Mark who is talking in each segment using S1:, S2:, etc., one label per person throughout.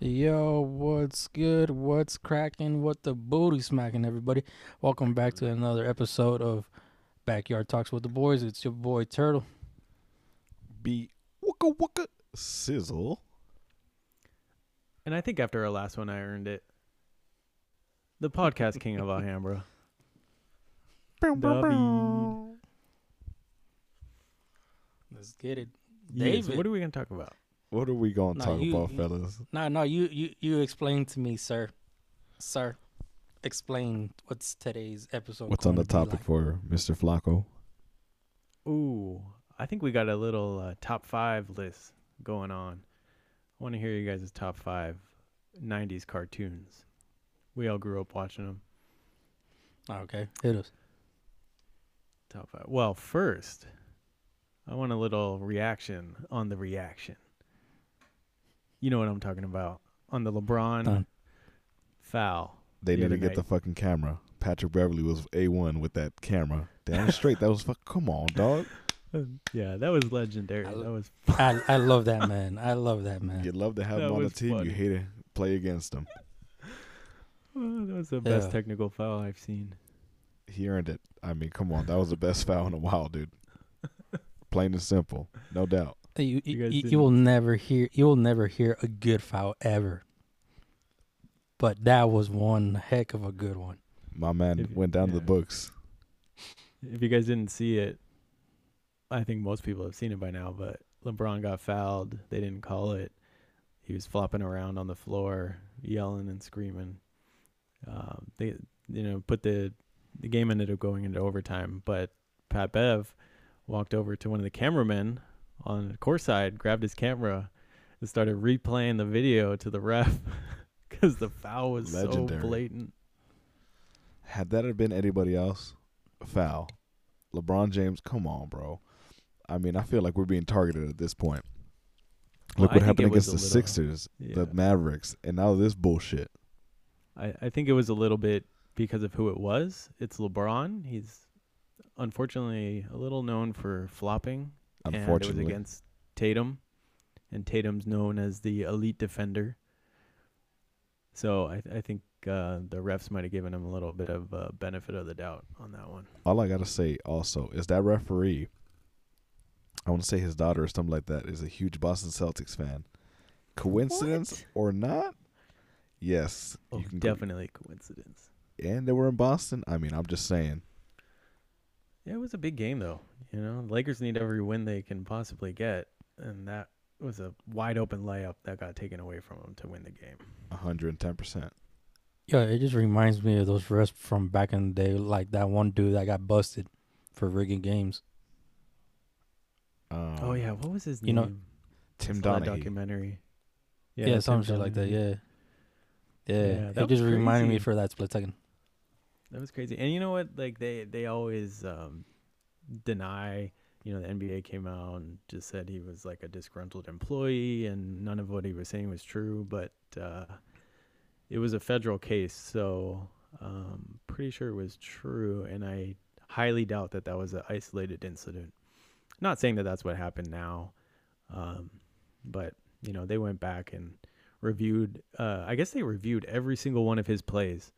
S1: Yo, what's good? What's cracking? What the booty smacking, everybody? Welcome back to another episode of Backyard Talks with the Boys. It's your boy Turtle.
S2: be wooka wooka sizzle.
S3: And I think after our last one, I earned it. The podcast king of Alhambra. David.
S1: Let's get it.
S3: Yes,
S1: David.
S3: what are we going to talk about?
S2: What are we gonna
S1: Nah,
S2: talk
S1: you-
S2: about,
S1: you-
S2: fellas?
S1: No, no, you you you explain to me, sir. Sir, explain what's today's episode.
S2: What's on
S1: going
S2: the
S1: to be
S2: topic
S1: like.
S2: for Mr. Flacco?
S3: Ooh, I think we got a little uh, top five list going on. I want to hear you guys' top five 90s cartoons. We all grew up watching them.
S1: okay, hit us.
S3: Top five. Well, first, I want a little reaction on the reaction. You know what I'm talking about. On the LeBron
S1: Done.
S3: foul.
S2: They
S3: The
S2: need to
S3: other
S2: get the
S3: night.
S2: fucking camera. Patrick Beverly was a one with that camera. Damn straight. That was fuck. Come on, dog.
S3: Yeah, that was legendary.
S1: Uh, I
S3: That
S1: lo-
S3: was
S1: I I love that man. I love that man.
S2: You love to have
S3: That
S2: him on the
S3: was
S2: team.
S3: funny.
S2: You hate to play against him.
S3: Oh, that was the best
S1: Yeah.
S3: technical foul I've seen.
S2: He earned it. I mean, come on. That was the best foul in a while, dude. Plain and simple, no doubt.
S1: You
S3: You
S1: you,
S3: guys
S1: you, you
S3: didn't-
S1: will never hear you will never hear a good foul ever. But that was one heck of a good one.
S2: My man
S3: If-
S2: went down to the
S3: yeah.
S2: books.
S3: If you guys didn't see it, I think most people have seen it by now, but LeBron got fouled. They didn't call it. He was flopping around on the floor, yelling and screaming. Um, they, you know, put the the game ended up going into overtime, but Pat Bev walked over to one of the cameramen on the court side, grabbed his camera, and started replaying the video to the ref because the foul was
S2: Legendary.
S3: so blatant.
S2: Had that have been anybody else, foul. LeBron James, come on, bro. I mean, I feel like we're being targeted at this point.
S3: Well,
S2: Look
S3: I
S2: what
S3: think
S2: happened
S3: it was
S2: against the
S3: a little-
S2: Sixers,
S3: Yeah.
S2: the Mavericks, and now this bullshit.
S3: I, I think it was a little bit because of who it was. It's LeBron. He's unfortunately a little known for flopping. And it
S2: Unfortunately,
S3: was against Tatum. And Tatum's known as the elite defender. So I, I think uh, the refs might have given him a little bit of uh, benefit of the doubt on that one.
S2: all I gotta say also is that referee. I want to say his daughter or something like that is a huge Boston Celtics fan. Coincidence or not? Yes,
S3: Oh,
S2: you can go-
S3: definitely coincidence.
S2: and they were in Boston. I mean, I'm just saying.
S3: Yeah, it was a big game though. You know, Lakers need every win they can possibly get, and that was a wide open layup that got taken away from them to win the game.
S2: 110%.
S1: Yeah, it just reminds me of those refs from back in the day, like that one dude that got busted for rigging games.
S2: Um,
S3: Oh yeah, what was his
S1: you
S3: name?
S1: know,
S2: Tim
S3: I saw that
S2: Donaghy.
S3: documentary.
S1: Yeah, some
S3: Tim
S1: shit like that.
S3: Donaghy.
S1: Yeah,
S3: Yeah,
S1: yeah.
S3: that
S1: it just
S3: was
S1: reminded me
S3: crazy.
S1: for that split second.
S3: that was crazy. And you know what? Like they they always um, deny. You know, the NBA came out and just said he was like a disgruntled employee, and none of what he was saying was true. But uh, it was a federal case, so um, pretty sure it was true. And I highly doubt that that was an isolated incident. Not saying that that's what happened now, um, but you know they went back and reviewed. Uh, I guess they reviewed every single one of his plays,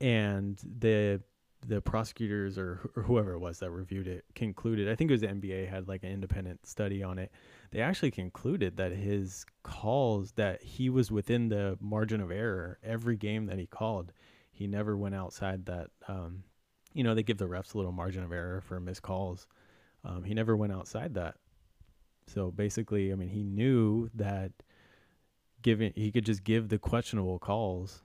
S3: and the the prosecutors or, wh- or whoever it was that reviewed it concluded. I think it was the NBA had like an independent study on it. They actually concluded that his calls that he was within the margin of error every game that he called. He never went outside that. Um, you know, they give the refs a little margin of error for missed calls. Um, he never went outside that. So basically, I mean, he knew that giving he could just give the questionable calls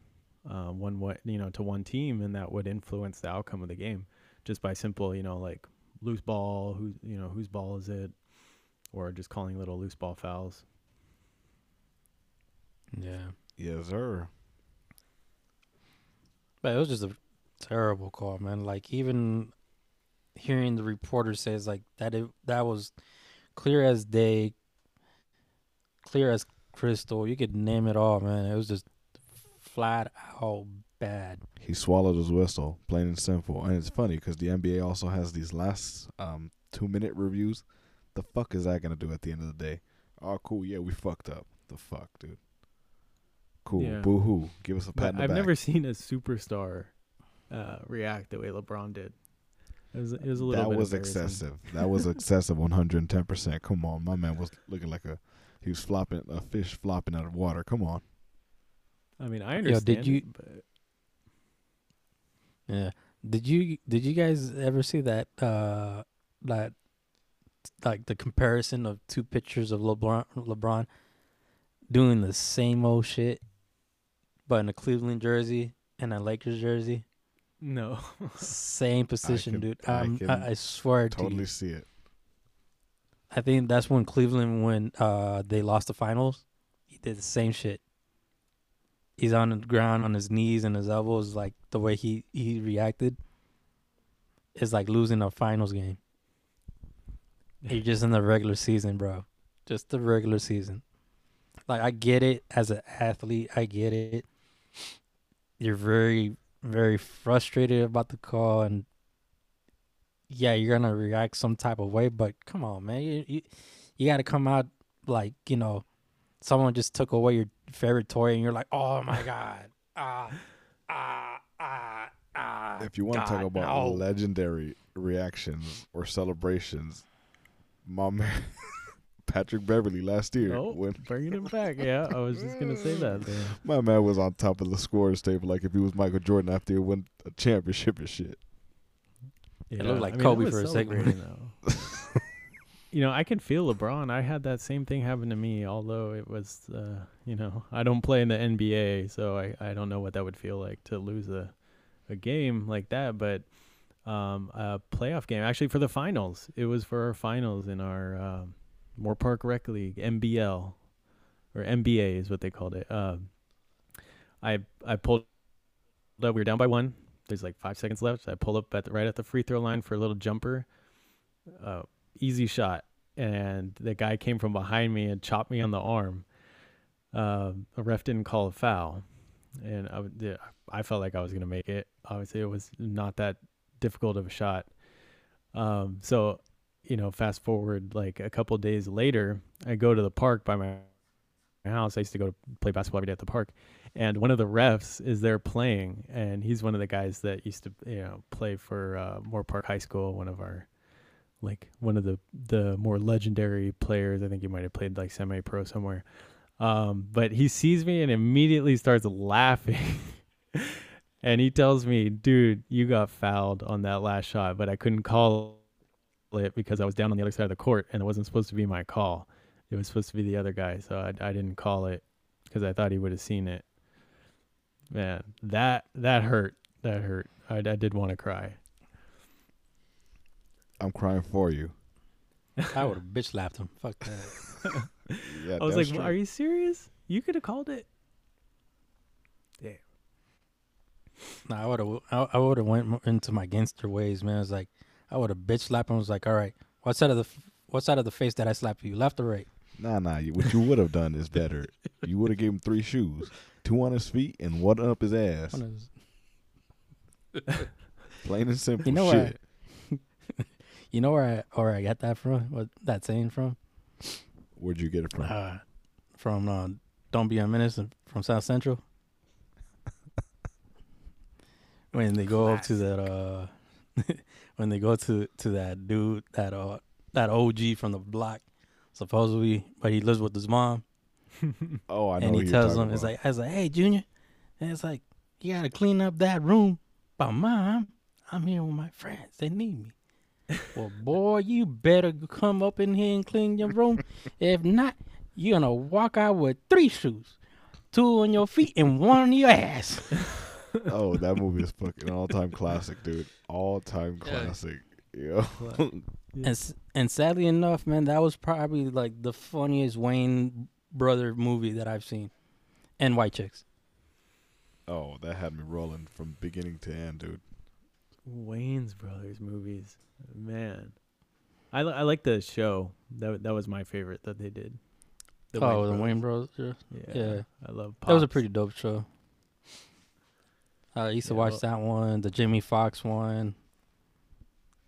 S3: uh, one what you know to one team, and that would influence the outcome of the game just by simple you know like loose ball, who you know whose ball is it, or just calling little loose ball fouls.
S1: Yeah,
S2: Yes, sir.
S1: but it was just a terrible call, man. Like even hearing the reporter says like that, it, that was clear as day, clear as crystal. You could name it all, man. It was just flat out bad.
S2: He swallowed his whistle, plain and simple. And it's funny because the NBA also has these last um, two minute reviews. The fuck is that gonna do at the end of the day? Oh, cool. Yeah, we fucked up. The fuck, dude. Cool.
S3: Yeah.
S2: Boo hoo. Give us a pat.
S3: But
S2: in the
S3: I've
S2: back.
S3: never seen a superstar uh, react the way LeBron did. It was, it was a little.
S2: that
S3: bit
S2: was
S3: embarrassing.
S2: excessive. That was excessive. One hundred and ten percent. Come on, my man was looking like a he was flopping a fish flopping out of water. Come on.
S3: I mean, I
S1: Yo, did
S3: understand. did you?
S1: you- Yeah. Did you did you guys ever see that uh that like the comparison of two pictures of LeBron LeBron doing the same old shit but in a Cleveland jersey and a Lakers jersey?
S3: no.
S1: Same position,
S2: can-
S1: dude.
S2: I
S1: Um, I,
S2: can
S1: I, swear to
S2: Totally
S1: you.
S2: see it.
S1: I think that's when Cleveland when uh they lost the finals, he did the same shit. He's on the ground on his knees and his elbows, like the way he he reacted. It's like losing a finals game. You're just in the regular season, bro. Just the regular season. Like I get it as an athlete, I get it. You're very very frustrated about the call and yeah, you're gonna react some type of way, but come on, man, you you, you got to come out like you know, someone just took away your favorite toy, and you're like, oh my god, ah, ah, ah, ah.
S2: If you want to talk
S1: God,
S2: about
S1: no.
S2: legendary reactions or celebrations, my man Patrick Beverly last year
S3: Oh,
S2: when
S3: bringing it back. Yeah, I was just gonna say that. yeah.
S2: my man was on top of the scorers table like if he was Michael Jordan after he won a championship and shit.
S3: Yeah.
S1: looked like
S3: I mean, I
S1: Kobe
S3: was
S1: for a second.
S3: celebrating, though. you know, I can feel LeBron. I had that same thing happen to me, although it was, uh, you know, I don't play in the NBA, so I, I don't know what that would feel like to lose a, a game like that. But um, a playoff game, actually, for the finals, it was for our finals in our um, Moore Park Rec League, MBL, or MBA is what they called it. Um, I I pulled up. We were down by one. There's like five seconds left. I pull up at the, right at the free throw line for a little jumper, uh, easy shot, and the guy came from behind me and chopped me on the arm. Uh, the ref didn't call a foul, and I, would- yeah, I felt like I was gonna make it. Obviously, it was not that difficult of a shot. Um, so, you know, fast forward like a couple days later, I go to the park by my my house. I used to go to play basketball every day at the park, and one of the refs is there playing, and he's one of the guys that used to you know play for uh, Moore Park High School, one of our like one of the the more legendary players. I think he might have played like semi pro somewhere, um, but he sees me and immediately starts laughing. And he tells me, dude, you got fouled on that last shot, but I couldn't call it because I was down on the other side of the court and it wasn't supposed to be my call it was supposed to be the other guy, so I, I didn't call it because I thought he would have seen it. Man, that that hurt. That hurt. I, I did want to cry.
S2: I'm crying for you.
S1: I would have bitch lapped him. Fuck that.
S2: Yeah,
S3: I was like,
S2: that's
S3: "Are
S2: true.
S3: you serious? You could have called it."
S1: Nah, I would have. I, I would have went mo- into my gangster ways, man. It's like I would have bitch slapped him. I was like, all right, what side of the f- what side of the face did I slap you, left or right?
S2: Nah, nah. you- What you would have done is better. You would have gave him three shoes, two on his feet and one up his ass.
S1: One of those-
S2: Plain and simple
S1: You know
S2: shit.
S1: what? You know where I where I got that from? What that saying from?
S2: Where'd you get it from?
S1: Uh, from uh, Don't Be a Menace and- from South Central. when they go up to that, uh, when they go to to that dude, that uh, that OG from the block, supposedly, but he lives with his mom,
S2: oh, I know.
S1: and
S2: who
S1: he
S2: you're
S1: tells
S2: talking
S1: him, it's
S2: about.
S1: like, I was like, hey, Junior, and it's like, you gotta clean up that room, but mom, I'm here with my friends, they need me. well, boy, you better come up in here and clean your room. If not, you're gonna walk out with three shoes, two on your feet and one on your ass.
S2: oh, that movie is fucking all time classic, dude. All time classic. Yeah.
S1: And s- and sadly enough, man, that was probably like the funniest Wayne brother movie that I've seen, and White Chicks.
S2: Oh, that had me rolling from beginning to end, dude.
S3: Wayne's Brothers movies, man. I li- I like the show. That wa- that was my favorite that they did. The
S1: oh, the
S3: Brothers.
S1: Wayne Bros. Yeah. yeah.
S3: I love.
S1: That was a
S3: Pops.
S1: pretty dope show. I used to
S3: Yeah,
S1: watch
S3: well-
S1: that one, the Jimmy Fox one.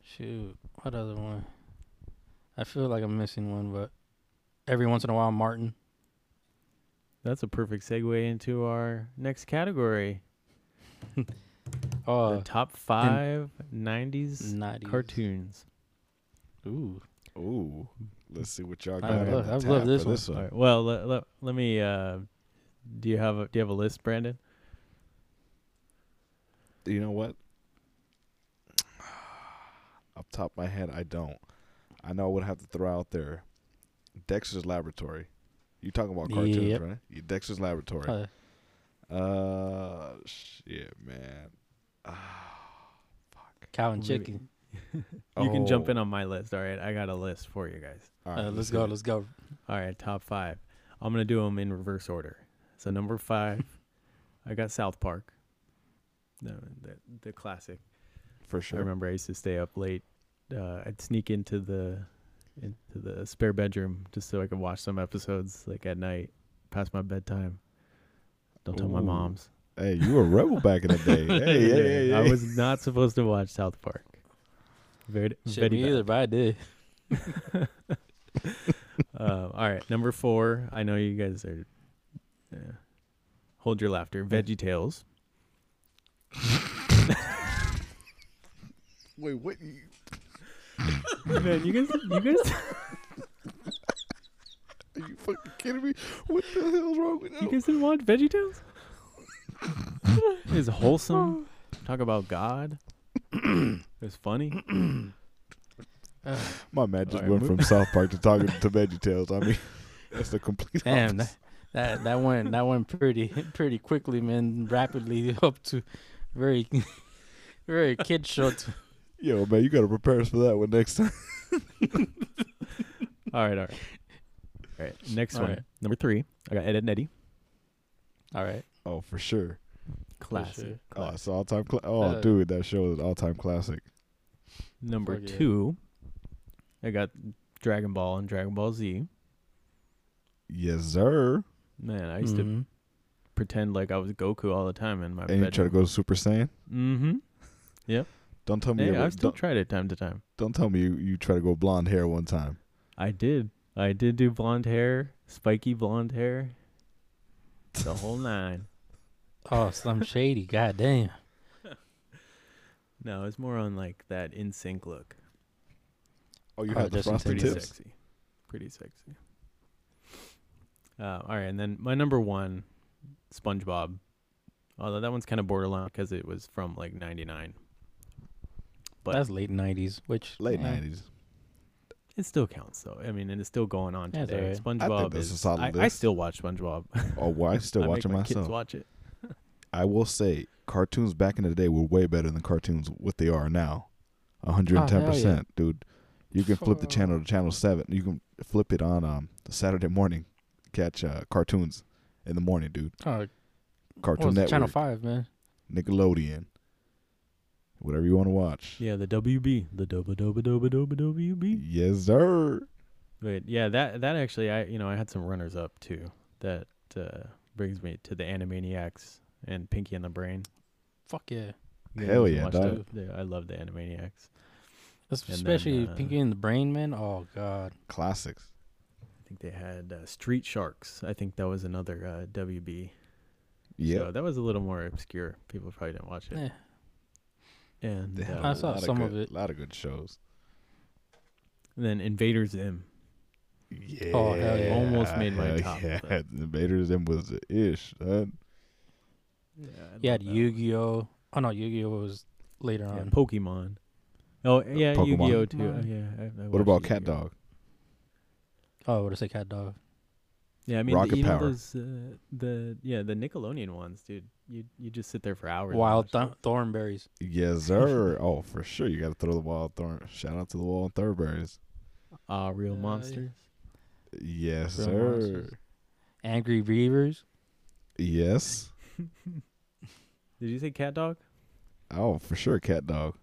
S1: Shoot, what other one? I feel like I'm missing one, but every once in a while, Martin.
S3: That's a perfect segue into our next category:
S1: Oh, Uh,
S3: the top five '90s
S1: 90s.
S3: cartoons.
S1: Ooh.
S2: Ooh, let's see what y'all
S1: I
S2: got. I
S1: love-
S2: love,
S1: I love this
S2: this,
S1: one.
S2: one.
S3: All right. Well, let, let, let me. Uh, do you have a, Do you have a list, Brandon?
S2: You know what? Up top of my head, I don't. I know I would have to throw out there Dexter's Laboratory. You talking about cartoons,
S1: Yep.
S2: right? Yeah, Dexter's Laboratory.
S1: Uh,
S2: Uh, shit, man. Ah, fuck.
S1: cow and
S3: Maybe.
S1: chicken.
S3: You can jump
S2: Oh.
S3: in on my list. All right, I got a list for you guys.
S2: All
S1: Uh,
S2: right,
S1: let's go.
S2: do it.
S1: Let's go.
S3: All right, top five. I'm gonna do them in reverse order. So number five, I got South Park. The the, the classic.
S2: for
S3: I
S2: sure.
S3: remember I used to stay up late. Uh, I'd sneak into the into the spare bedroom just so I could watch some episodes like at night, past my bedtime. Don't tell my
S2: Ooh.
S3: mom's.
S2: Hey, you were a rebel back in the day. Hey, yeah, yeah, yeah.
S3: I was not supposed to watch South Park. Very,
S1: Shit,
S3: very
S1: me
S3: bad.
S1: either, but I did.
S3: Uh, all right, number four. I know you guys are. Yeah. Hold your laughter. Veggie Tales.
S2: Wait, what? You,
S3: Man, you guys, you guys,
S2: are you fucking kidding me? What the hell's wrong with
S3: you guys didn't watch Veggie Tales. it's wholesome. Talk about God. it's funny.
S2: My man just
S3: Alright,
S2: went
S3: move-
S2: from South Park to talking to Veggie Tales. I mean, that's the complete
S1: Damn,
S2: opposite.
S1: that, that that went that went pretty pretty quickly, man. Rapidly up to very very kid show. To,
S2: Yo, man, you gotta prepare us for that one next time.
S3: All right, all right, all right. Next
S1: All
S3: one,
S1: right.
S3: number three. I got Ed, Ed and Eddie.
S1: all right,
S2: Oh, for sure.
S3: Classic.
S1: sure.
S2: Oh,
S3: classic.
S2: it's all time. Cla- oh,
S1: Uh,
S2: dude, that show is all time classic.
S3: Number
S1: Fuck yeah.
S3: two. I got Dragon Ball and Dragon Ball Z.
S2: Yes, sir.
S3: Man, I used to
S1: Mhm.
S3: pretend like I was Goku all the time in my
S2: And you try to
S3: bedroom.
S2: go Super Saiyan?
S3: mm-hmm.
S2: Don't tell me.
S3: Hey,
S2: you,
S3: I've still
S2: don't,
S3: tried it time to time.
S2: don't tell me you, you try to go blonde hair one time.
S3: I did. I did do blonde hair, spiky blonde hair, the whole nine.
S1: Oh, Slim Shady. God damn.
S3: No, it's more on like that in sync look.
S2: Oh, you
S1: Oh,
S2: had the
S1: Justin
S2: frosted
S3: Pretty
S1: Timberlake.
S2: tips.
S3: sexy. Pretty sexy. Uh, all right, and then my number one, SpongeBob. Although that one's kind of borderline because it was from like '99. But-
S1: That's late nineties, which
S2: Late
S1: eh,
S2: nineties.
S3: It still counts though. I mean, and it's still going on
S1: That's
S3: today.
S1: all
S2: I think
S3: SpongeBb
S2: that's
S3: is.
S2: a solid
S3: I, I
S2: list.
S3: still watch SpongeBob.
S2: Oh, well, I still
S3: I
S2: watch
S3: make
S2: it
S3: my kids
S2: myself.
S3: watch it.
S2: I will say, cartoons back in the day were way better than cartoons what they are now. A hundred and ten
S1: Oh, hell yeah.
S2: percent, dude. You can flip the
S1: Fuck.
S2: channel to channel seven. You can flip it on um Saturday morning, catch uh, cartoons in the morning, dude.
S1: Oh, what
S2: Cartoon
S1: was it,
S2: Network,
S1: Channel Five, man.
S2: Nickelodeon, whatever you want to watch.
S3: Yeah, the WB, the doba doba doba doba WB.
S2: Yes, sir.
S3: But yeah, that that actually, I you know, I had some runners up too. That uh, brings me to the Animaniacs and Pinky and the Brain.
S1: Fuck yeah.
S3: You guys
S2: Hell
S3: ever
S2: yeah,
S3: watch
S2: dog.
S3: the- the- I love the Animaniacs.
S1: That's
S3: And then,
S1: especially
S3: uh,
S1: Pinky and the Brain, man. Oh god.
S2: Classics.
S3: I think they had uh, Street Sharks. I think that was another uh, WB.
S2: Yeah,
S3: So that was a little more obscure. People probably didn't watch it.
S1: Yeah.
S3: And
S2: they had
S3: uh,
S1: I saw
S2: lot
S1: some
S2: good,
S1: of it.
S2: A lot of good shows.
S3: then Invader Zim.
S2: Yeah.
S1: Oh, hell yeah.
S3: Almost made my
S2: hell
S3: top,
S2: Yeah,
S3: but-
S2: Invaders them was the ish. son.
S3: Yeah, I
S1: You had
S3: love that
S1: Yu Gi Oh. Oh no, Yu Gi Oh was later
S3: one. Yeah,
S1: on.
S3: Pokemon. Oh yeah,
S2: Pokemon.
S3: Yu-Gi-Oh too. Uh,
S1: Pokemon.
S3: yeah. I, I
S2: What
S3: watched
S2: about Cat
S3: Yu-Gi-Oh.
S2: Dog?
S1: Oh, what did I say, Cat Dog?
S3: Yeah, I mean,
S2: Rocket
S3: the, you know
S2: Power.
S3: those uh, the yeah the Nickelodeon ones, dude. You you just sit there for hours. and
S1: Wild
S3: watch them.
S1: th- Thornberries.
S2: Yes, sir. oh, for sure. You got to throw the wall. Thorn. Shout out to the wall and Thornberries.
S3: Ah, real
S1: Uh, yeah.
S3: monsters.
S2: Yes,
S1: Real
S2: sir.
S1: monsters. Angry Beavers.
S2: Yes.
S3: Did you say cat dog?
S2: Oh, for sure. Cat Dog.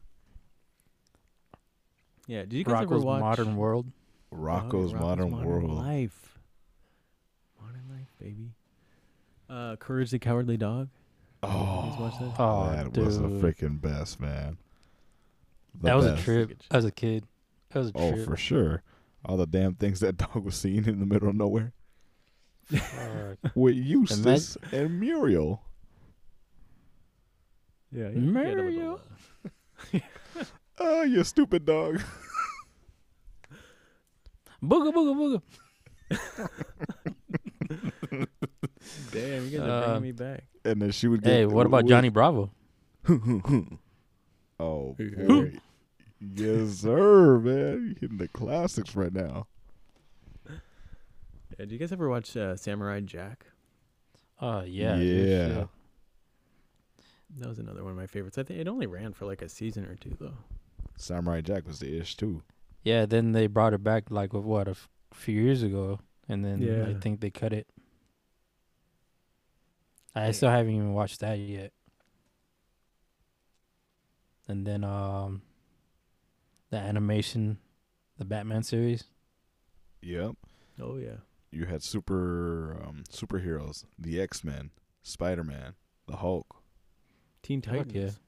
S3: Yeah. Did you guys ever
S1: Rocco's
S3: watch
S1: Modern World.
S2: Rocco's Modern, World.
S3: Life. Modern life, baby. Uh, Courage the Cowardly Dog. You guys
S2: Oh,
S3: watch that?
S1: Oh,
S2: that
S1: dude.
S2: was the freaking best, man. The
S1: that was
S2: best.
S1: a trip
S3: Good
S1: as a kid. That was a
S2: Oh,
S1: trip.
S2: for sure. All the damn things that dog was seeing in the middle of nowhere.
S1: Fuck.
S2: with Eustace and Muriel.
S3: Yeah, yeah,
S1: Mario.
S2: Oh, you stupid dog.
S1: Booga booga booga.
S3: Damn, you guys are
S1: Uh,
S3: bringing me back.
S2: And then she would get.
S1: Hey, what about Johnny Bravo?
S2: Oh,
S3: Who?
S2: boy. yes, sir, man. You hitting the classics right now.
S3: Yeah, do you guys ever watch uh, Samurai Jack?
S1: Oh yeah.
S2: Yeah.
S1: shit.
S3: That was another one of my favorites. I think it only ran for like a season or two though.
S2: Samurai Jack was the ish too.
S1: Yeah. Then they brought it back like with what a f- few years ago, and then I
S3: Yeah.
S1: think they cut it. I
S3: Yeah.
S1: still haven't even watched that yet. And then um, the animation, the Batman series.
S2: Yep.
S3: Oh yeah.
S2: You had super um, superheroes, the X Men, Spider Man, the Hulk.
S3: Teen
S1: Fuck
S3: Titans.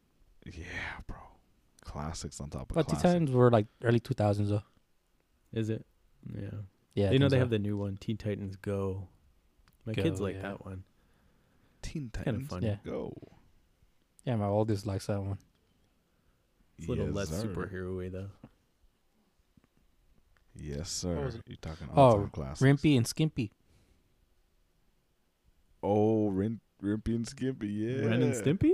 S1: yeah.
S2: Yeah, bro. Classics on top of
S1: But the
S2: classics.
S1: times were like early two thousands though.
S3: Is it? Yeah.
S1: Yeah. I
S3: you know
S1: think
S3: they
S1: so.
S3: have the new one, Teen Titans Go. Mm-hmm. My kids
S1: Go,
S3: like
S1: yeah.
S3: that one.
S2: Teen
S3: It's kind
S2: Titans
S3: of funny.
S1: Yeah.
S2: Go.
S1: Yeah, my oldest likes that one.
S3: It's a little
S2: Yes,
S3: less
S2: sir.
S3: superhero y though.
S2: Yes, sir.
S1: was it?
S2: You're talking
S1: Oh,
S2: all-time classics.
S1: Rimpy and Skimpy.
S2: Oh, Ren, Rimpy and Skimpy. Yeah.
S3: Ren and Stimpy?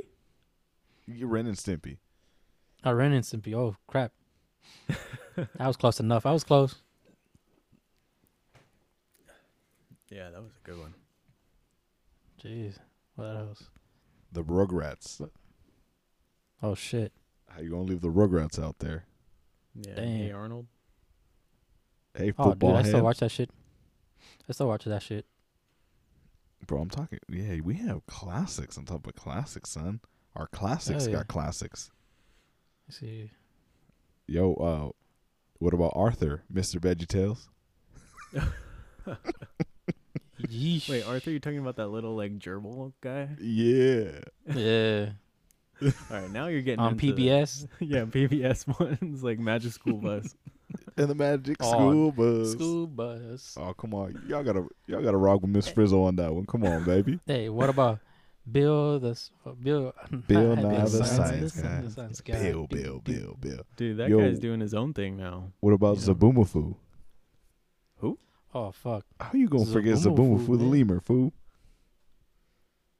S2: You Ren and Stimpy.
S1: Oh, Ren and Stimpy. Oh crap, I was close enough. I was close.
S3: Yeah, that was a good one.
S1: Jeez, what else?
S2: The Rugrats.
S1: Oh shit.
S2: How you gonna leave the Rugrats out there?
S3: Yeah.
S1: Damn.
S3: Hey Arnold.
S2: Hey,
S1: Oh
S2: football
S1: dude, I
S2: head.
S1: still watch that shit. I still watch that shit.
S2: Bro, I'm talking. Yeah, we have classics on top of classics, son. Our classics
S1: Oh, yeah.
S2: got classics.
S1: Let's see,
S2: Yo, uh, what about Arthur, Mr. Veggie Tales?
S1: Yeesh.
S3: Wait, Arthur, you're talking about that little like gerbil guy?
S2: Yeah.
S1: yeah,
S3: All right, now you're getting
S1: on
S3: into the-
S1: PBS.
S3: yeah, PBS ones like Magic School Bus.
S2: And the Magic
S1: Oh,
S2: School Bus.
S1: School bus.
S2: Oh, come on. Y'all gotta y'all gotta rock with Miss Frizzle on that one. Come on, baby.
S1: Hey, what about Bill the s- uh, Bill?
S2: Bill
S1: not
S2: Nye
S1: Bill
S2: the
S1: Science-
S2: Science Guy.
S1: the Science Guy.
S2: Bill,
S1: Dude,
S2: Bill,
S1: dude,
S2: Bill, Bill.
S3: Dude, that
S2: Yo.
S3: guy's doing his own thing now.
S2: What about
S3: Yeah.
S2: Zaboomafoo?
S1: Oh fuck.
S2: How you gonna forget
S1: Zaboomafoo,
S2: Zaboomafoo the
S1: man.
S2: lemur, fool?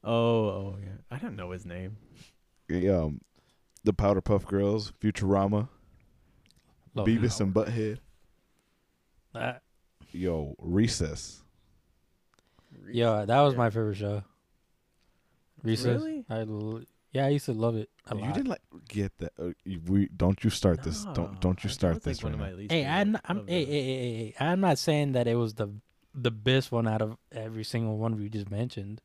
S3: Oh, oh yeah. I don't know his name.
S2: Yeah, um, the Powder Puff Girls, Futurama,
S1: Look,
S2: Beavis and Butthead.
S1: that-
S2: Yo, Recess.
S1: Yeah, that was
S3: Yeah.
S1: my favorite show. Recess.
S3: Really?
S1: I l- yeah, I used to love it a
S2: you
S1: lot.
S2: didn't like get that. Uh, you- we don't you start this.
S3: No,
S2: Don't don't you
S3: I- that
S2: start
S3: was,
S2: this
S3: like,
S2: right
S3: one
S2: now.
S3: of my least
S1: hey,
S3: favorite
S1: I'm, I'm
S3: of
S1: hey,
S3: the-
S1: hey, hey, hey, hey, I'm not saying that it was the the best one out of every single one we just mentioned.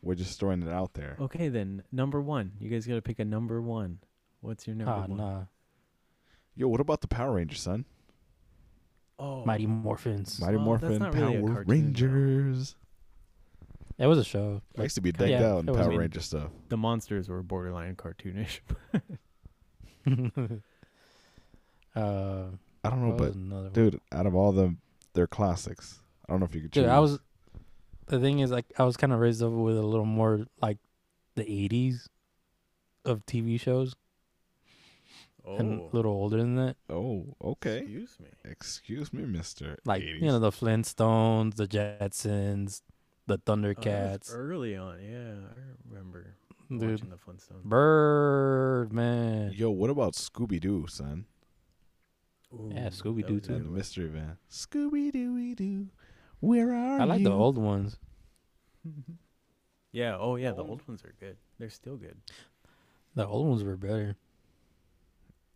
S2: We're just throwing it out there.
S3: Okay, then number one. You guys gotta pick a number one. What's your number
S1: Ah,
S3: one?
S1: nah.
S2: Yo, what about the Power Rangers, son?
S3: Oh,
S1: Mighty Morphins.
S2: Mighty
S3: Well,
S2: Morphin
S3: that's not really a
S2: Power
S3: cartoon, though.
S2: Rangers.
S1: It was a show.
S2: I
S1: Like,
S2: used to be decked
S1: yeah,
S2: out in
S1: it was-
S2: Power
S1: I mean-
S2: Ranger stuff.
S3: the monsters were borderline cartoonish.
S1: uh,
S2: I don't know,
S1: what was
S2: Oh, but
S1: another one?
S2: dude, out of all them, they're classics. I don't know if you could choose.
S1: Dude, I was. The thing is, like, I was kind of raised up with a little more like the '80s of TV shows, and a little older than that.
S2: Oh, okay.
S3: Oh, excuse me.
S2: Excuse me, Mister.
S1: Like
S2: 80s.
S1: you know, the Flintstones, the Jetsons, the
S3: Oh, that was
S1: Thundercats,
S3: early on, yeah, I remember
S1: dude.
S3: watching the Flintstones.
S1: Birdman.
S2: Yo, what about Scooby Doo, son?
S1: Yeah,
S3: Ooh,
S1: Scooby
S3: that
S1: Doo
S3: was
S2: And
S1: too.
S3: another
S2: the
S3: one.
S2: mystery van. Scooby Doo Doo, where are
S1: I like
S2: you?
S1: the old ones.
S3: yeah. Oh, yeah. The
S1: Old.
S3: old ones are good. They're still good.
S1: The old ones were better.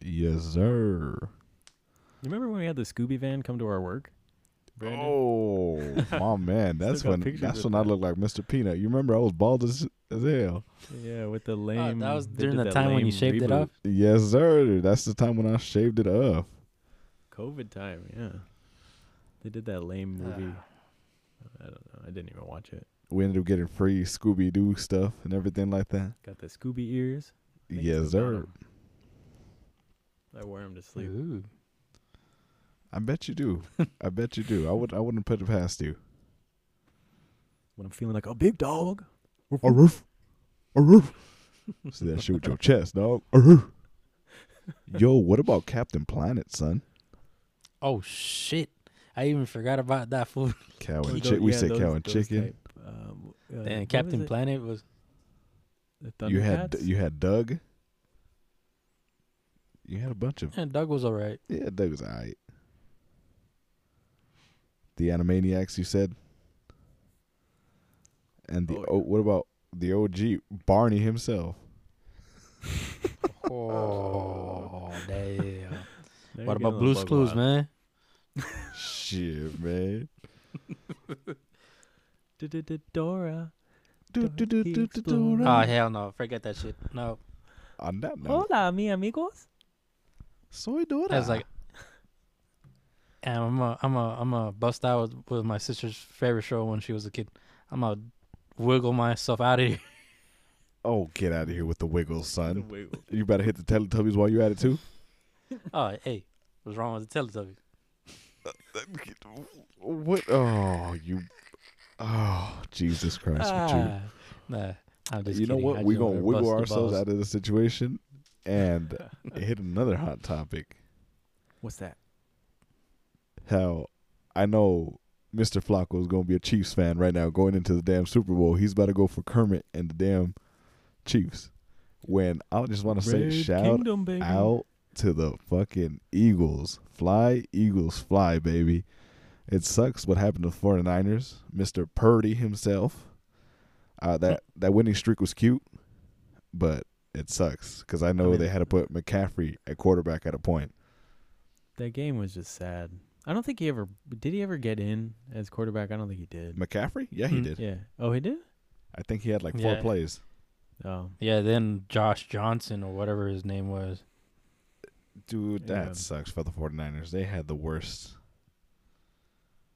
S2: Yes, sir.
S3: You remember when we had the Scooby van come to our work? Brandon?
S2: Oh my man, that's
S3: got
S2: when
S3: pictures
S2: that's
S3: of
S2: when I
S3: that.
S2: look like Mr. Peanut. You remember I was bald as, as hell.
S3: Yeah, with the lame.
S1: Ah, that was
S3: they
S1: during
S3: did
S1: the
S3: that
S1: time when you
S3: lame
S1: shaved it
S3: reboot.
S1: off.
S2: Yes, sir. That's the time when I shaved it off.
S3: COVID time, yeah. They did that lame
S1: Ah.
S3: movie. I don't know. I didn't even watch it.
S2: We ended up getting free Scooby Doo stuff and everything like that.
S3: Got the Scooby ears. I think
S2: yes,
S3: it's about
S2: sir.
S3: 'em. I wear them to sleep.
S1: Ooh.
S2: I bet you do. I bet you do. I would I wouldn't put it past you.
S3: when I'm feeling like a big dog.
S2: A roof. A roof. See that shit with your chest, dog. A roof. Yo, what about Captain Planet, son?
S1: Oh shit! I even forgot about that food.
S3: Uh,
S2: Cow
S3: Or
S2: and
S3: tho-
S2: chick. We
S3: yeah,
S2: said
S3: those-
S2: cow and
S3: those
S2: chicken.
S3: type, um, uh, what
S1: And
S3: was
S1: Captain
S3: it?
S1: Planet was
S3: The
S2: You had
S3: Thundercats?
S2: you had Doug. You had a bunch of
S1: and Doug was alright.
S2: yeah. Doug was alright. The Animaniacs, you said. And the
S3: Oh,
S2: oh,
S3: yeah.
S2: what about the OG Barney himself?
S1: Oh damn!
S3: Now you're
S1: What
S3: getting a
S1: about
S3: little
S1: Blue's
S3: bug
S1: Clues,
S3: wild.
S1: man?
S2: Shit, man.
S3: Du-du-du, Dora.
S2: Do, do, do, do, do, do,
S3: Explorer.
S2: do.
S1: Oh hell no! Forget that shit. No,
S2: On that note,
S3: Hola, mi amigos.
S2: soy Dora.
S1: I was like, and I'm a, I'm a, I'm a bust out with, with my sister's favorite show when she was a kid. I'm a wiggle myself out of here.
S2: oh, get out of here with the wiggles,
S3: The
S2: son.
S3: wiggle.
S2: You better hit the Teletubbies while you're at it too.
S1: Oh hey, what's wrong with the Teletubbies?
S2: What? Oh, you. Oh, Jesus Christ! with you.
S1: Ah, nah, I'm just
S2: you know
S1: kidding.
S2: what?
S1: I
S2: We're
S1: just
S2: gonna
S1: wanna
S2: wiggle
S1: bust the
S2: ourselves
S1: balls.
S2: out of the situation and hit another hot topic.
S3: What's that?
S2: How I know Mr. Flacco is gonna be a Chiefs fan right now going into the damn Super Bowl. He's about to go for Kermit and the damn Chiefs. When I just want to say
S3: Red
S2: shout
S3: Kingdom, baby.
S2: out to the fucking Eagles. Fly, Eagles, fly, baby. It sucks what happened to the 49ers. Mr. Purdy himself. Uh, that, that winning streak was cute, but it sucks because I know
S3: mean-
S2: they had to put McCaffrey at quarterback at a point.
S3: That game was just sad. I don't think he ever did. He ever get in as quarterback? I don't think he did.
S2: McCaffrey? Yeah, he
S1: Hmm.
S2: did.
S3: Yeah. Oh, he did.
S2: I think he had like four
S1: Yeah.
S2: plays.
S3: Oh,
S1: Yeah, then Josh Johnson or whatever his name was.
S2: Dude, that
S3: Yeah.
S2: sucks for the 49ers. They had the worst.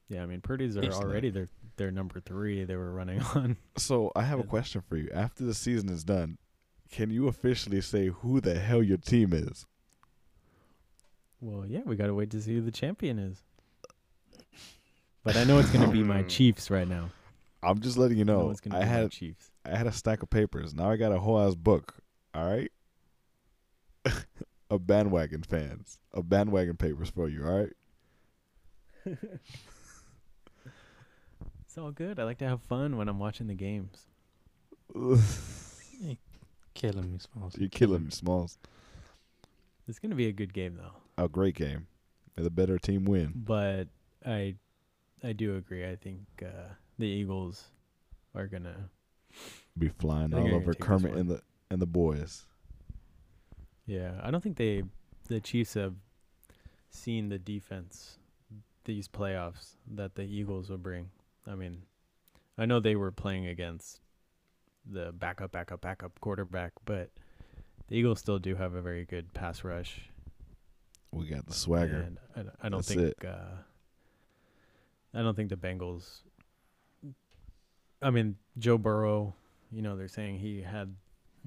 S3: yeah. I mean, Purdy's are
S2: He's
S3: already their their number three. They were running on.
S2: So I have a
S3: Yeah.
S2: question for you. After the season is done, can you officially say who the hell your team is?
S3: Well, yeah. We gotta wait to see who the champion is. But I know it's gonna be my Chiefs right now.
S2: I'm just letting you
S3: I
S2: know.
S3: it's gonna
S2: I
S3: be my
S2: had
S3: Chiefs.
S2: I had a stack of papers. Now I got a whole ass book. All right. a bandwagon fans. A bandwagon papers for you. All right.
S3: It's all good. I like to have fun when I'm watching the games.
S1: Killing me, Smalls.
S2: You're killing me, Smalls.
S3: It's gonna be a good game though.
S2: A great game. May the better team win.
S3: But I, I do agree. I think uh, the Eagles are gonna.
S2: Be flying
S3: I think
S2: all
S3: I can
S2: over
S3: take this
S2: Kermit
S3: one.
S2: and the and the boys.
S3: Yeah, I don't think they the Chiefs have seen the defense these playoffs that the Eagles will bring. I mean, I know they were playing against the backup, backup, backup quarterback, but the Eagles still do have a very good pass rush,
S2: We got the swagger.
S3: and I, d- I don't
S2: That's
S3: think
S2: it.
S3: uh, I don't think the Bengals. I mean, Joe Burrow, you know, they're saying he had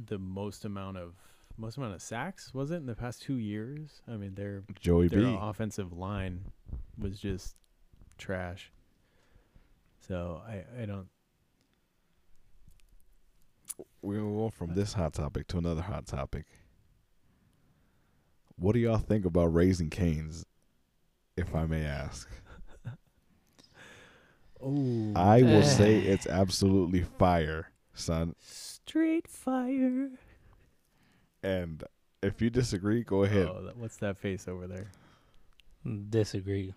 S3: the most amount of most amount of sacks, was it in the past two years? I mean, they're
S2: Joey
S3: their
S2: B.
S3: offensive line was just trash. So I, I don't
S2: We're gonna go from this hot topic to another hot topic. What do y'all think about raising canes, if I may ask?
S3: Oh
S2: I will say it's absolutely fire, son.
S3: Straight fire.
S2: And if you disagree, go ahead.
S3: Oh, that, what's that face over there?
S1: Disagree.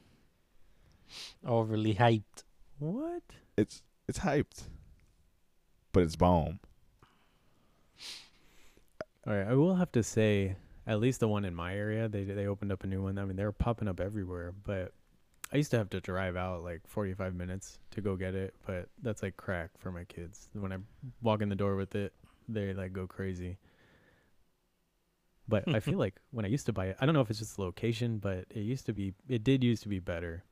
S1: Overly hyped.
S3: What?
S2: It's it's hyped, but it's bomb.
S3: All right, I will have to say, at least the one in my area, they they opened up a new one. I mean, they were popping up everywhere, but I used to have to drive out like 45 minutes to go get it, but that's like crack for my kids. When I walk in the door with it, they like go crazy. But I feel like when I used to buy it, I don't know if it's just the location, but it used to be, it did used to be better.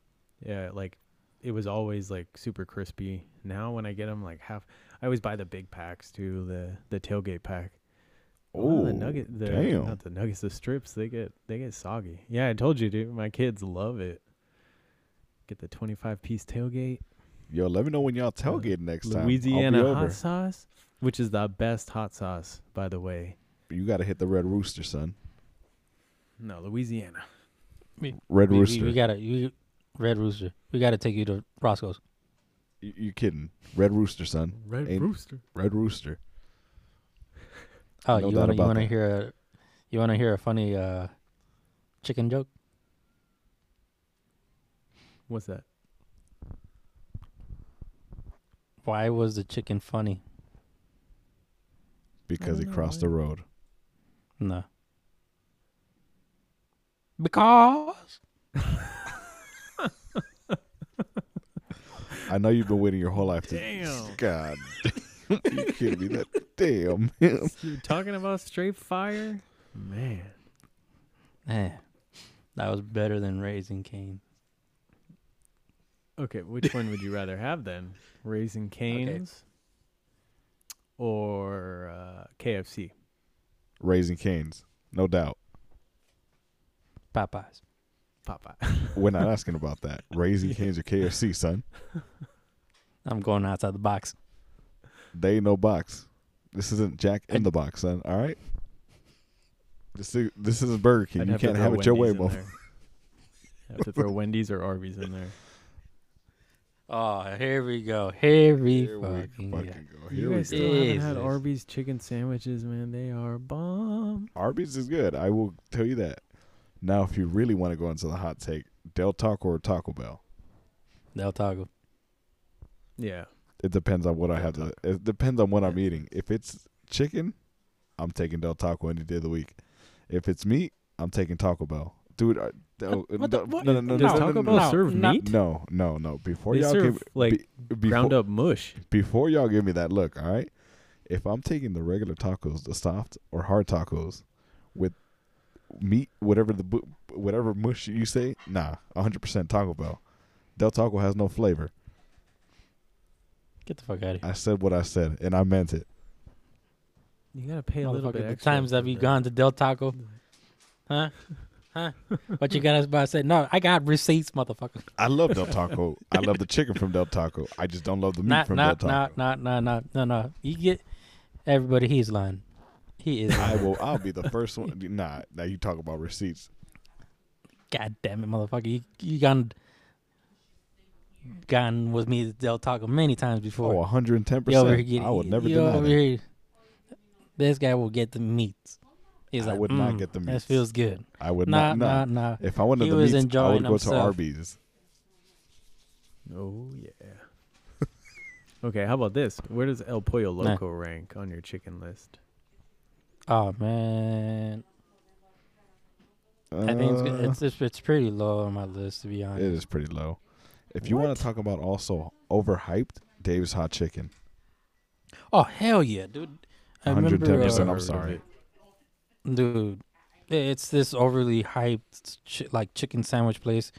S3: Yeah, like it was always like super crispy. Now when I get them, like half, I always buy the big packs too, the the tailgate pack. Oh, the
S2: Ooh,
S3: nugget, the,
S2: damn.
S3: not the nuggets, the strips. They get they get soggy. Yeah, I told you, dude. My kids love it. Get the twenty-five piece tailgate.
S2: Yo, let me know when y'all tailgate next time. I'll be
S3: Louisiana
S2: over.
S3: hot sauce, which is the best hot sauce, by the way.
S2: You got to hit the Red Rooster, son.
S3: No, Louisiana.
S2: Red
S1: We, we-
S2: Rooster.
S1: we gotta you, Red Rooster. We gotta take you to Roscoe's.
S2: you, you kidding? Red Rooster, son.
S3: Red
S2: Ain't-
S3: Rooster.
S2: Red Rooster.
S1: Oh,
S2: No
S1: you
S2: doubt
S1: wanna you
S2: about
S1: wanna
S2: that.
S1: hear a you wanna hear a funny uh chicken joke?
S3: What's that?
S1: Why was the chicken funny?
S2: Because he
S3: don't know,
S2: crossed
S3: I-
S2: the road.
S1: No. Because
S2: I know you've been waiting your whole life to.
S3: Damn.
S2: God. you kidding me? That damn. man.
S3: You're talking about straight fire? Man.
S1: eh, that was better than raising cane.
S3: Okay, which one would you rather have then? Raising Canes or uh, KFC?
S2: Raising Canes, no doubt.
S1: Popeyes.
S3: Popeye.
S2: We're not asking about that. Raising Canes or KFC, son.
S1: I'm going outside the box.
S2: They ain't no box. This isn't Jack in the Box, son. All right. This is this is Burger King.
S3: I'd
S2: you
S3: to
S2: can't
S3: throw
S2: have it your way,
S3: Wendy's in
S2: motherfucker.
S3: there. I'd have to throw Wendy's or Arby's in there.
S1: Oh, here we go. Here we
S2: Here we
S1: fucking, go.
S2: fucking go. Here
S3: you
S2: we
S3: guys
S2: go.
S3: still haven't had
S1: Jesus.
S3: Arby's chicken sandwiches, man. They are bomb.
S2: Arby's is good. I will tell you that. Now, if you really want to go into the hot take, Del Taco or Taco Bell.
S1: Del Taco.
S3: Yeah.
S2: It depends on what I
S3: Del
S2: have to. It depends on what I'm eating. If it's chicken, I'm taking Del Taco any day of the week. If it's meat, I'm taking Taco Bell. Dude, I, Oh, no,
S1: Uh, what the-
S2: no,
S1: what-
S2: no, no,
S3: Does
S2: no,
S3: Taco
S2: no, no,
S3: Bell
S2: no,
S3: serve
S1: no.
S3: meat?
S2: No, no, no. Before
S3: They
S2: y'all
S3: serve
S2: give
S3: like
S2: be- before,
S3: ground up mush.
S2: before y'all give me that look, all right? If I'm taking the regular tacos, the soft or hard tacos, with meat, whatever the bu- whatever mush you say, nah, 100% Taco Bell. Del Taco has no flavor.
S1: Get the fuck out of here.
S2: I said what I said, and I meant it.
S3: You gotta pay a little
S1: Motherfucker,
S3: bit.
S1: the
S3: extra
S1: times
S3: for
S1: that we
S3: the-
S1: gone to Del Taco. Huh? Huh? What you got us about? Said no. I got receipts, motherfucker.
S2: I love Del Taco. I love the chicken from Del Taco. I just don't love the meat
S1: Not,
S2: from
S1: not,
S2: Del Taco.
S1: not, not, not, not, no, no. You get everybody. He's lying. He is.
S2: I
S1: Lying.
S2: will. I'll be the first one. Nah, now you talk about receipts.
S1: God damn it, motherfucker. You you gone gone with me to Del Taco many times
S2: Oh,
S1: before.
S2: 110.
S1: you over here
S2: percent
S1: getting-
S2: I would never
S1: you
S2: deny
S1: over
S2: that.
S1: here- This guy will get the meats. He's
S2: I
S1: like,
S2: would not
S1: "Mm,
S2: get the
S1: That
S2: meats."
S1: feels good.
S2: I would
S1: Nah,
S2: not. Nah.
S1: nah, nah.
S2: If I wanted
S1: He
S2: the
S1: was
S2: meats, I
S1: enjoying
S2: would go to
S1: himself.
S2: Arby's.
S3: Oh yeah. okay, how about this? Where does El Pollo
S1: Nah.
S3: Loco rank on your chicken list?
S1: Oh man, I think it's,
S2: Uh,
S1: good. it's it's it's pretty low on my list to be
S2: It
S1: honest.
S2: is pretty low. If you want to talk about also overhyped, Dave's Hot Chicken.
S1: Oh hell yeah, dude! I remember,
S2: 110%.
S1: uh,
S2: I'm sorry.
S1: dude. It's this overly hyped chi- like chicken sandwich place.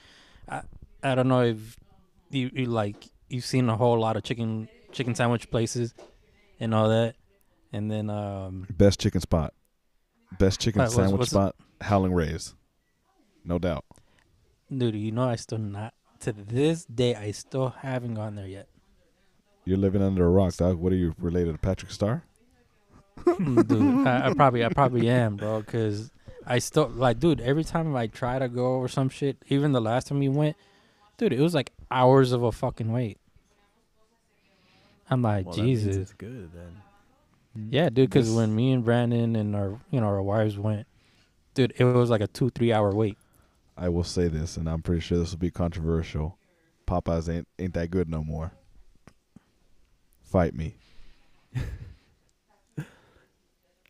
S1: I I don't know if you, you like you've seen a whole lot of chicken chicken sandwich places and all that, and then um
S2: Best chicken spot. Best chicken
S1: Alright, what's-
S2: sandwich
S1: what's-
S2: spot. Howling Rays. No doubt.
S1: dude, you know I still not to this day I still haven't gone there yet,
S2: You're living under a rock, dog. What are you related to Patrick Starr?
S1: dude. I, I probably I probably am, bro, because I still like, dude. Every time I try to go or some shit, even the last time we went, dude, it was like hours of a fucking wait. I'm like,
S3: Well, that means
S1: Jesus.
S3: it's good then.
S1: Yeah, dude. Because
S2: This-
S1: when me and Brandon and our you know our wives went, dude, it was like a two three hour wait.
S2: I will say this, and I'm pretty sure this will be controversial. Popeyes ain't ain't that good no more. Fight me.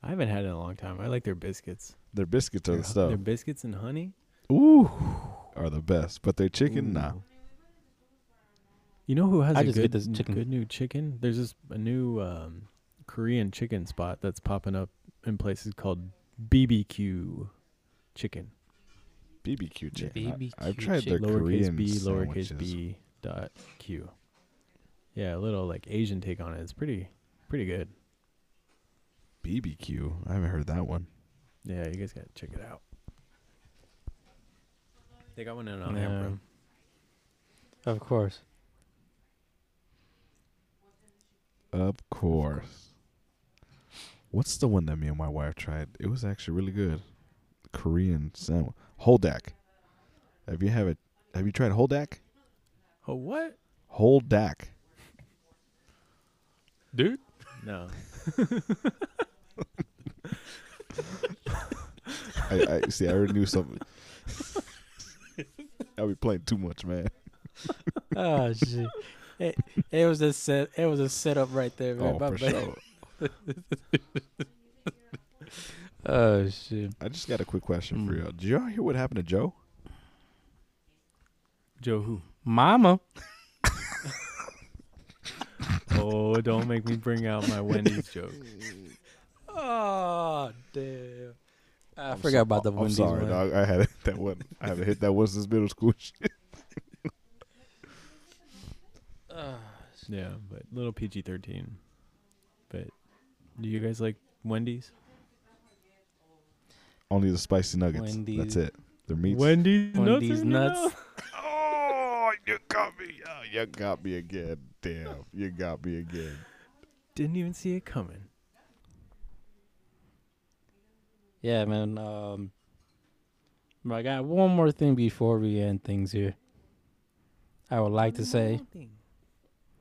S3: I haven't had it in a long time. I like their biscuits.
S2: Their biscuits are
S3: Their
S2: the
S3: hu-
S2: stuff.
S3: Their biscuits and honey.
S2: Ooh, are the best. But their chicken, nah.
S3: Ooh. You know who has
S1: I
S3: a
S1: just
S3: good,
S1: get this chicken.
S3: good new chicken? There's this a new um, Korean chicken spot that's popping up in places called BBQ chicken.
S2: BBQ chicken.
S1: BBQ
S2: I, have tried their
S1: chicken.
S2: Korean
S3: Lowercase b,
S2: sandwiches.
S3: lowercase b dot q. Yeah, a little like Asian take on it. It's pretty, pretty good.
S2: BBQ. I haven't heard that one.
S3: Yeah, you guys gotta check it out. They got one in
S1: Yeah.
S3: Alhambra.
S1: Of course.
S2: Of course. What's the one that me and my wife tried? It was actually really good. Korean sandwich. Holdak. Have you have it? Have you tried Holdak?
S3: Oh what?
S2: Holdak.
S1: dude.
S3: No.
S2: I, I see. I already knew something. I'll be playing too much, man.
S1: Oh shit. It, it was a set. It was a setup right there, man.
S2: Oh,
S1: My
S2: for
S1: bad.
S2: sure.
S1: Oh shit.
S2: I just got a quick question for
S1: Mm.
S2: y'all. Did y'all hear what happened to Joe?
S3: Joe who?
S1: Mama.
S3: Oh, don't make me bring out my Wendy's joke.
S1: Oh damn. I
S2: I'm
S1: forgot
S2: so-
S1: about the
S2: Oh, I'm
S1: Wendy's
S2: sorry,
S1: one.
S2: dog. I had that one. I haven't hit that one since middle school.
S1: Ah, shit.
S3: Yeah, but little PG thirteen. But do you guys like Wendy's?
S2: Only the spicy nuggets.
S1: Wendy's.
S2: That's it. The meats.
S3: Wendy's,
S1: Wendy's
S3: in your
S1: nuts.
S3: mouth?
S2: Oh, you got me. Oh, you got me again. Damn, you got me again.
S3: Didn't even see it coming.
S1: Yeah, man. Um, but I got one more thing before we end things here. I would like to say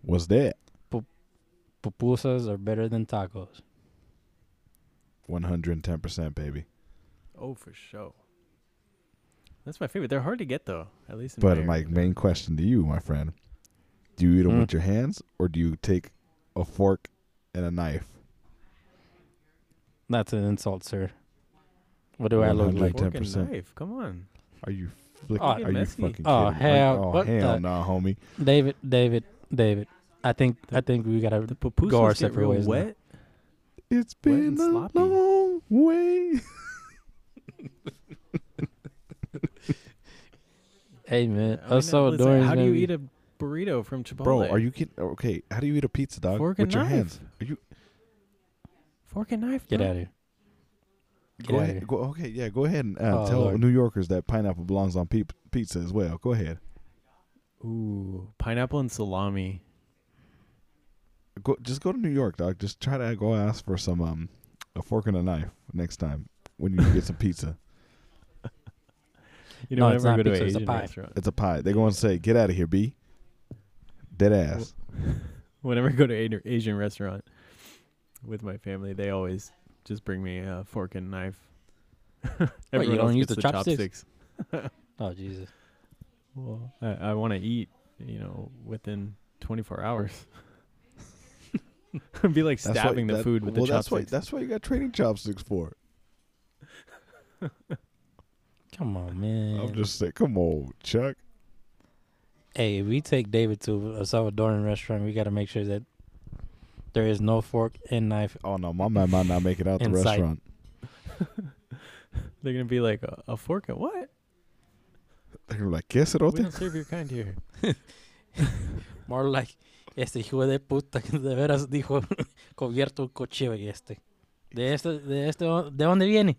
S2: What's that?
S3: Mm-hmm.
S1: pupusas are better than tacos.
S2: One hundred and ten percent, baby.
S3: Oh, for sure. That's my favorite. They're hard to get though. At least. In
S2: But
S3: Maryland.
S2: my main question to you, my friend, do you eat them
S1: Mm.
S2: with your hands or do you take a fork and a knife?
S1: That's an insult, sir. What do I look
S2: 100.
S1: like?
S2: like
S3: Fork and
S2: 10%.
S3: knife. Come on.
S2: Are you flick-
S1: Oh,
S2: are you
S3: messy.
S2: fucking kidding?
S1: Oh,
S2: me?
S1: hell,
S2: oh
S1: what
S2: hell,
S1: the-
S2: nah, homie.
S1: David, David, David. I think I think we gotta
S3: The pupusas
S1: our
S3: get
S1: separate
S3: real
S1: ways now.
S3: wet.
S2: It's
S3: Wet
S2: been
S3: and
S2: a
S3: sloppy.
S2: long way.
S1: Hey man,
S2: Oh,
S3: I mean,
S1: also
S3: listen,
S1: during
S3: how do you eat a burrito from Chipotle?
S2: Bro, are you kidding? Okay, how do you eat a pizza, dog?
S3: Fork
S2: with
S3: and
S2: your
S3: knife.
S2: hands? Are you
S3: fork and knife?
S1: get
S3: bro.
S1: out of here? Get
S2: Go
S1: outta
S2: ahead.
S1: here.
S2: Go, okay, yeah, go ahead and uh,
S1: Oh,
S2: tell
S1: Lord.
S2: New Yorkers that pineapple belongs on peep pizza as well. Go ahead.
S3: Ooh, pineapple and salami.
S2: Go, just go to New York, dog. Just try to go ask for some um, a fork and a knife next time when you get some pizza.
S3: You
S1: No,
S3: know,
S1: it's
S3: whenever I
S1: not
S3: go to
S1: pizza,
S3: an
S1: it's a
S3: Asian
S1: pie.
S3: restaurant,
S2: It's a pie. They're going to say, "Get out of here, B." Dead ass.
S3: whenever I go to an Asian restaurant with my family, they always just bring me a fork and knife. Everyone
S1: don't
S3: else
S1: use
S3: gets
S1: the chopsticks? Oh Jesus.
S3: Well, I, I want to eat, you know, within 24 hours. It'd be like
S2: That's why-
S3: stabbing the
S2: that-
S3: food with
S2: well,
S3: the
S2: that's why.
S3: chopsticks.
S2: That's why you got training chopsticks for.
S1: Come on, man.
S2: I'm just saying. Come on, Chuck.
S1: Hey, if we take David to a Salvadoran restaurant, we got to make sure that there is no fork and knife.
S2: Oh no, my man might not make it out the
S1: Insight.
S2: restaurant.
S3: They're gonna be like a, a fork and what?
S2: They're gonna be like, "Guess it,
S3: We don't serve your kind here.
S1: More like, este hijo de puta que de veras dijo, cubierto un cocheo y este. De este, de este, ¿de dónde viene?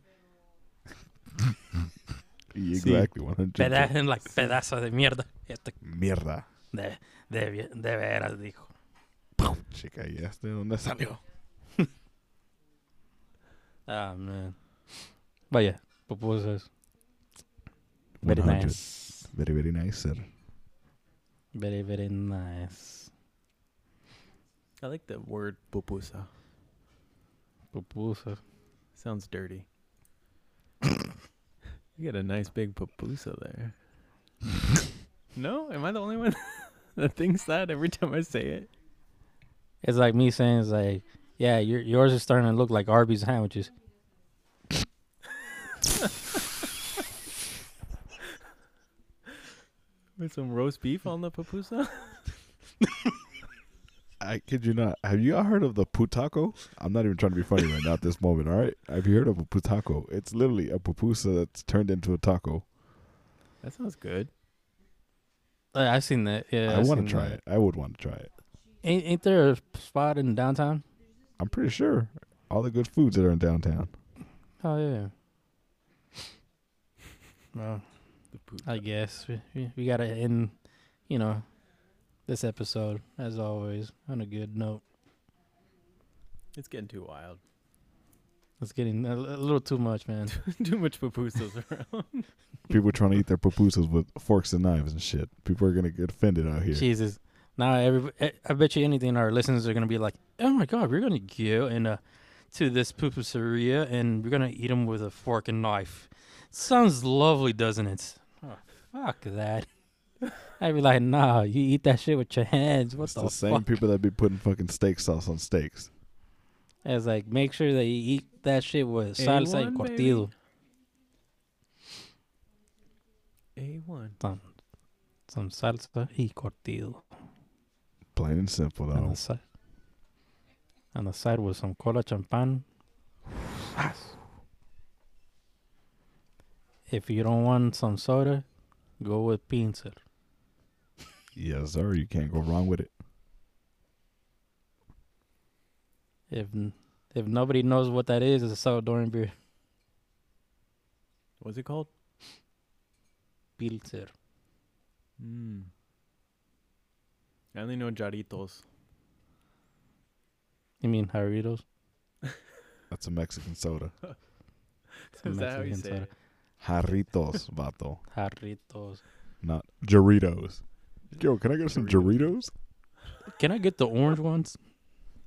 S2: Exactly, 100.
S1: Peda like, pedazo de mierda. Este,
S2: Mierda,
S1: de, de, vi- de veras dijo.
S2: chica. ¿Y este de dónde salió?
S1: Ah, man. Vaya, pupusas. Very
S2: 100.
S1: nice.
S2: Very, very nice, sir.
S1: Very, very nice.
S3: I like the word pupusa.
S1: Pupusas.
S3: Sounds dirty. you got a nice big pupusa there. no? Am I the only one that thinks that every time I say it?
S1: It's like me saying, it's like, yeah, your, yours is starting to look like Arby's sandwiches.
S3: With some roast beef on the pupusa?
S2: I kid you not. Have you all heard of the putaco? I'm not even trying to be funny right now at this moment. All right, have you heard of a putaco? It's literally a pupusa that's turned into a taco.
S3: that sounds good.
S1: Uh, I've seen that. Yeah,
S2: I
S1: I've
S2: want
S1: seen
S2: to try
S1: that.
S2: it. I would want to try it.
S1: Ain't, ain't there a spot in downtown?
S2: I'm pretty sure all the good foods that are in downtown.
S1: Oh yeah. Well,
S3: The
S1: I guess we, we, we gotta end, you know, this episode as always on a good note.
S3: It's getting too wild.
S1: It's getting a, a little too much, man.
S3: too much pupusas around.
S2: People are trying to eat their pupusas with forks and knives and shit. People are gonna get offended out here.
S1: Jesus. Now every I- I bet you anything our listeners are gonna be like, "Oh my god, we're gonna go in uh, to this pupusaria and we're gonna eat them with a fork and knife." Sounds lovely, doesn't it? Oh, fuck that. I'd be like, "Nah, you eat that shit with your hands." What
S2: it's
S1: the,
S2: the same
S1: fuck?
S2: people that be putting fucking steak sauce on steaks.
S1: It's like make sure that you eat that shit with salsa and
S3: A1,
S1: cortillo.
S3: baby. A one.
S1: Some salsa y cortillo.
S2: Plain and simple
S1: On
S2: though.
S1: the side. On the side with some cola champagne. Yes. If you don't want some soda, go with pincer.
S2: Yes, sir. You can't go wrong with it.
S1: If n- if nobody knows what that is, it's a Salvadoran beer.
S3: What's it called?
S1: Pilzer.
S3: Mm. I only know jarritos.
S1: You mean Jarritos?
S2: That's a Mexican soda.
S3: Is that how you
S1: Mexican
S3: say
S1: soda.
S3: it?
S2: Jarritos, vato.
S1: Jarritos.
S2: Not Doritos. Yo, can I get some Doritos?
S1: Can I get the orange ones?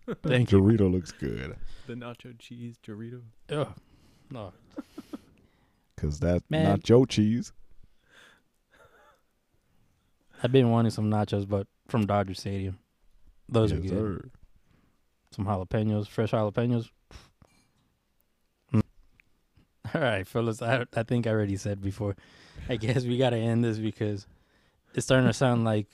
S1: Thank you.
S2: Dorito looks good.
S3: The nacho cheese Dorito.
S1: Ugh. No.
S2: Cause that's
S1: Man.
S2: not your cheese.
S1: I've been wanting some nachos, but from Dodger Stadium. Those are
S2: yes,
S1: good.
S2: sir.
S1: some jalapenos, fresh jalapenos. Mm. All right, fellas, I, I think I already said before. I guess we got to end this because it's starting to sound like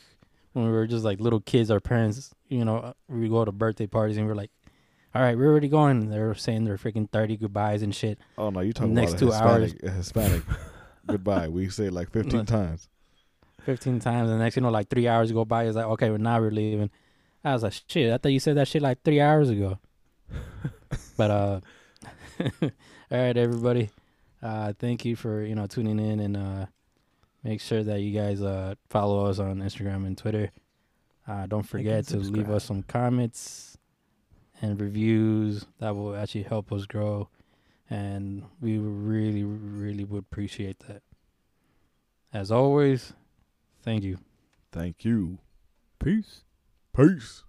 S1: when we were just like little kids, our parents, you know, uh, we go to birthday parties and we're like, all right, we're already going. And they're saying their freaking 30 goodbyes and shit.
S2: Oh no, you talking
S1: Next
S2: about a
S1: two hours.
S2: Hispanic, a Hispanic. Goodbye. We say it like fifteen
S1: Look.
S2: times.
S1: 15 times. And next, you know, like three hours go by. It's like, okay, well, now we're leaving. I was like, shit, I thought you said that shit like three hours ago. but, uh, all right, everybody. Uh, thank you for, you know, tuning in and, uh, make sure that you guys, uh, follow us on Instagram and Twitter. Uh, don't forget to leave us some comments and reviews that will actually help us grow. And we really, really would appreciate that. As always, Thank you.
S2: Thank you.
S3: Peace.
S2: Peace.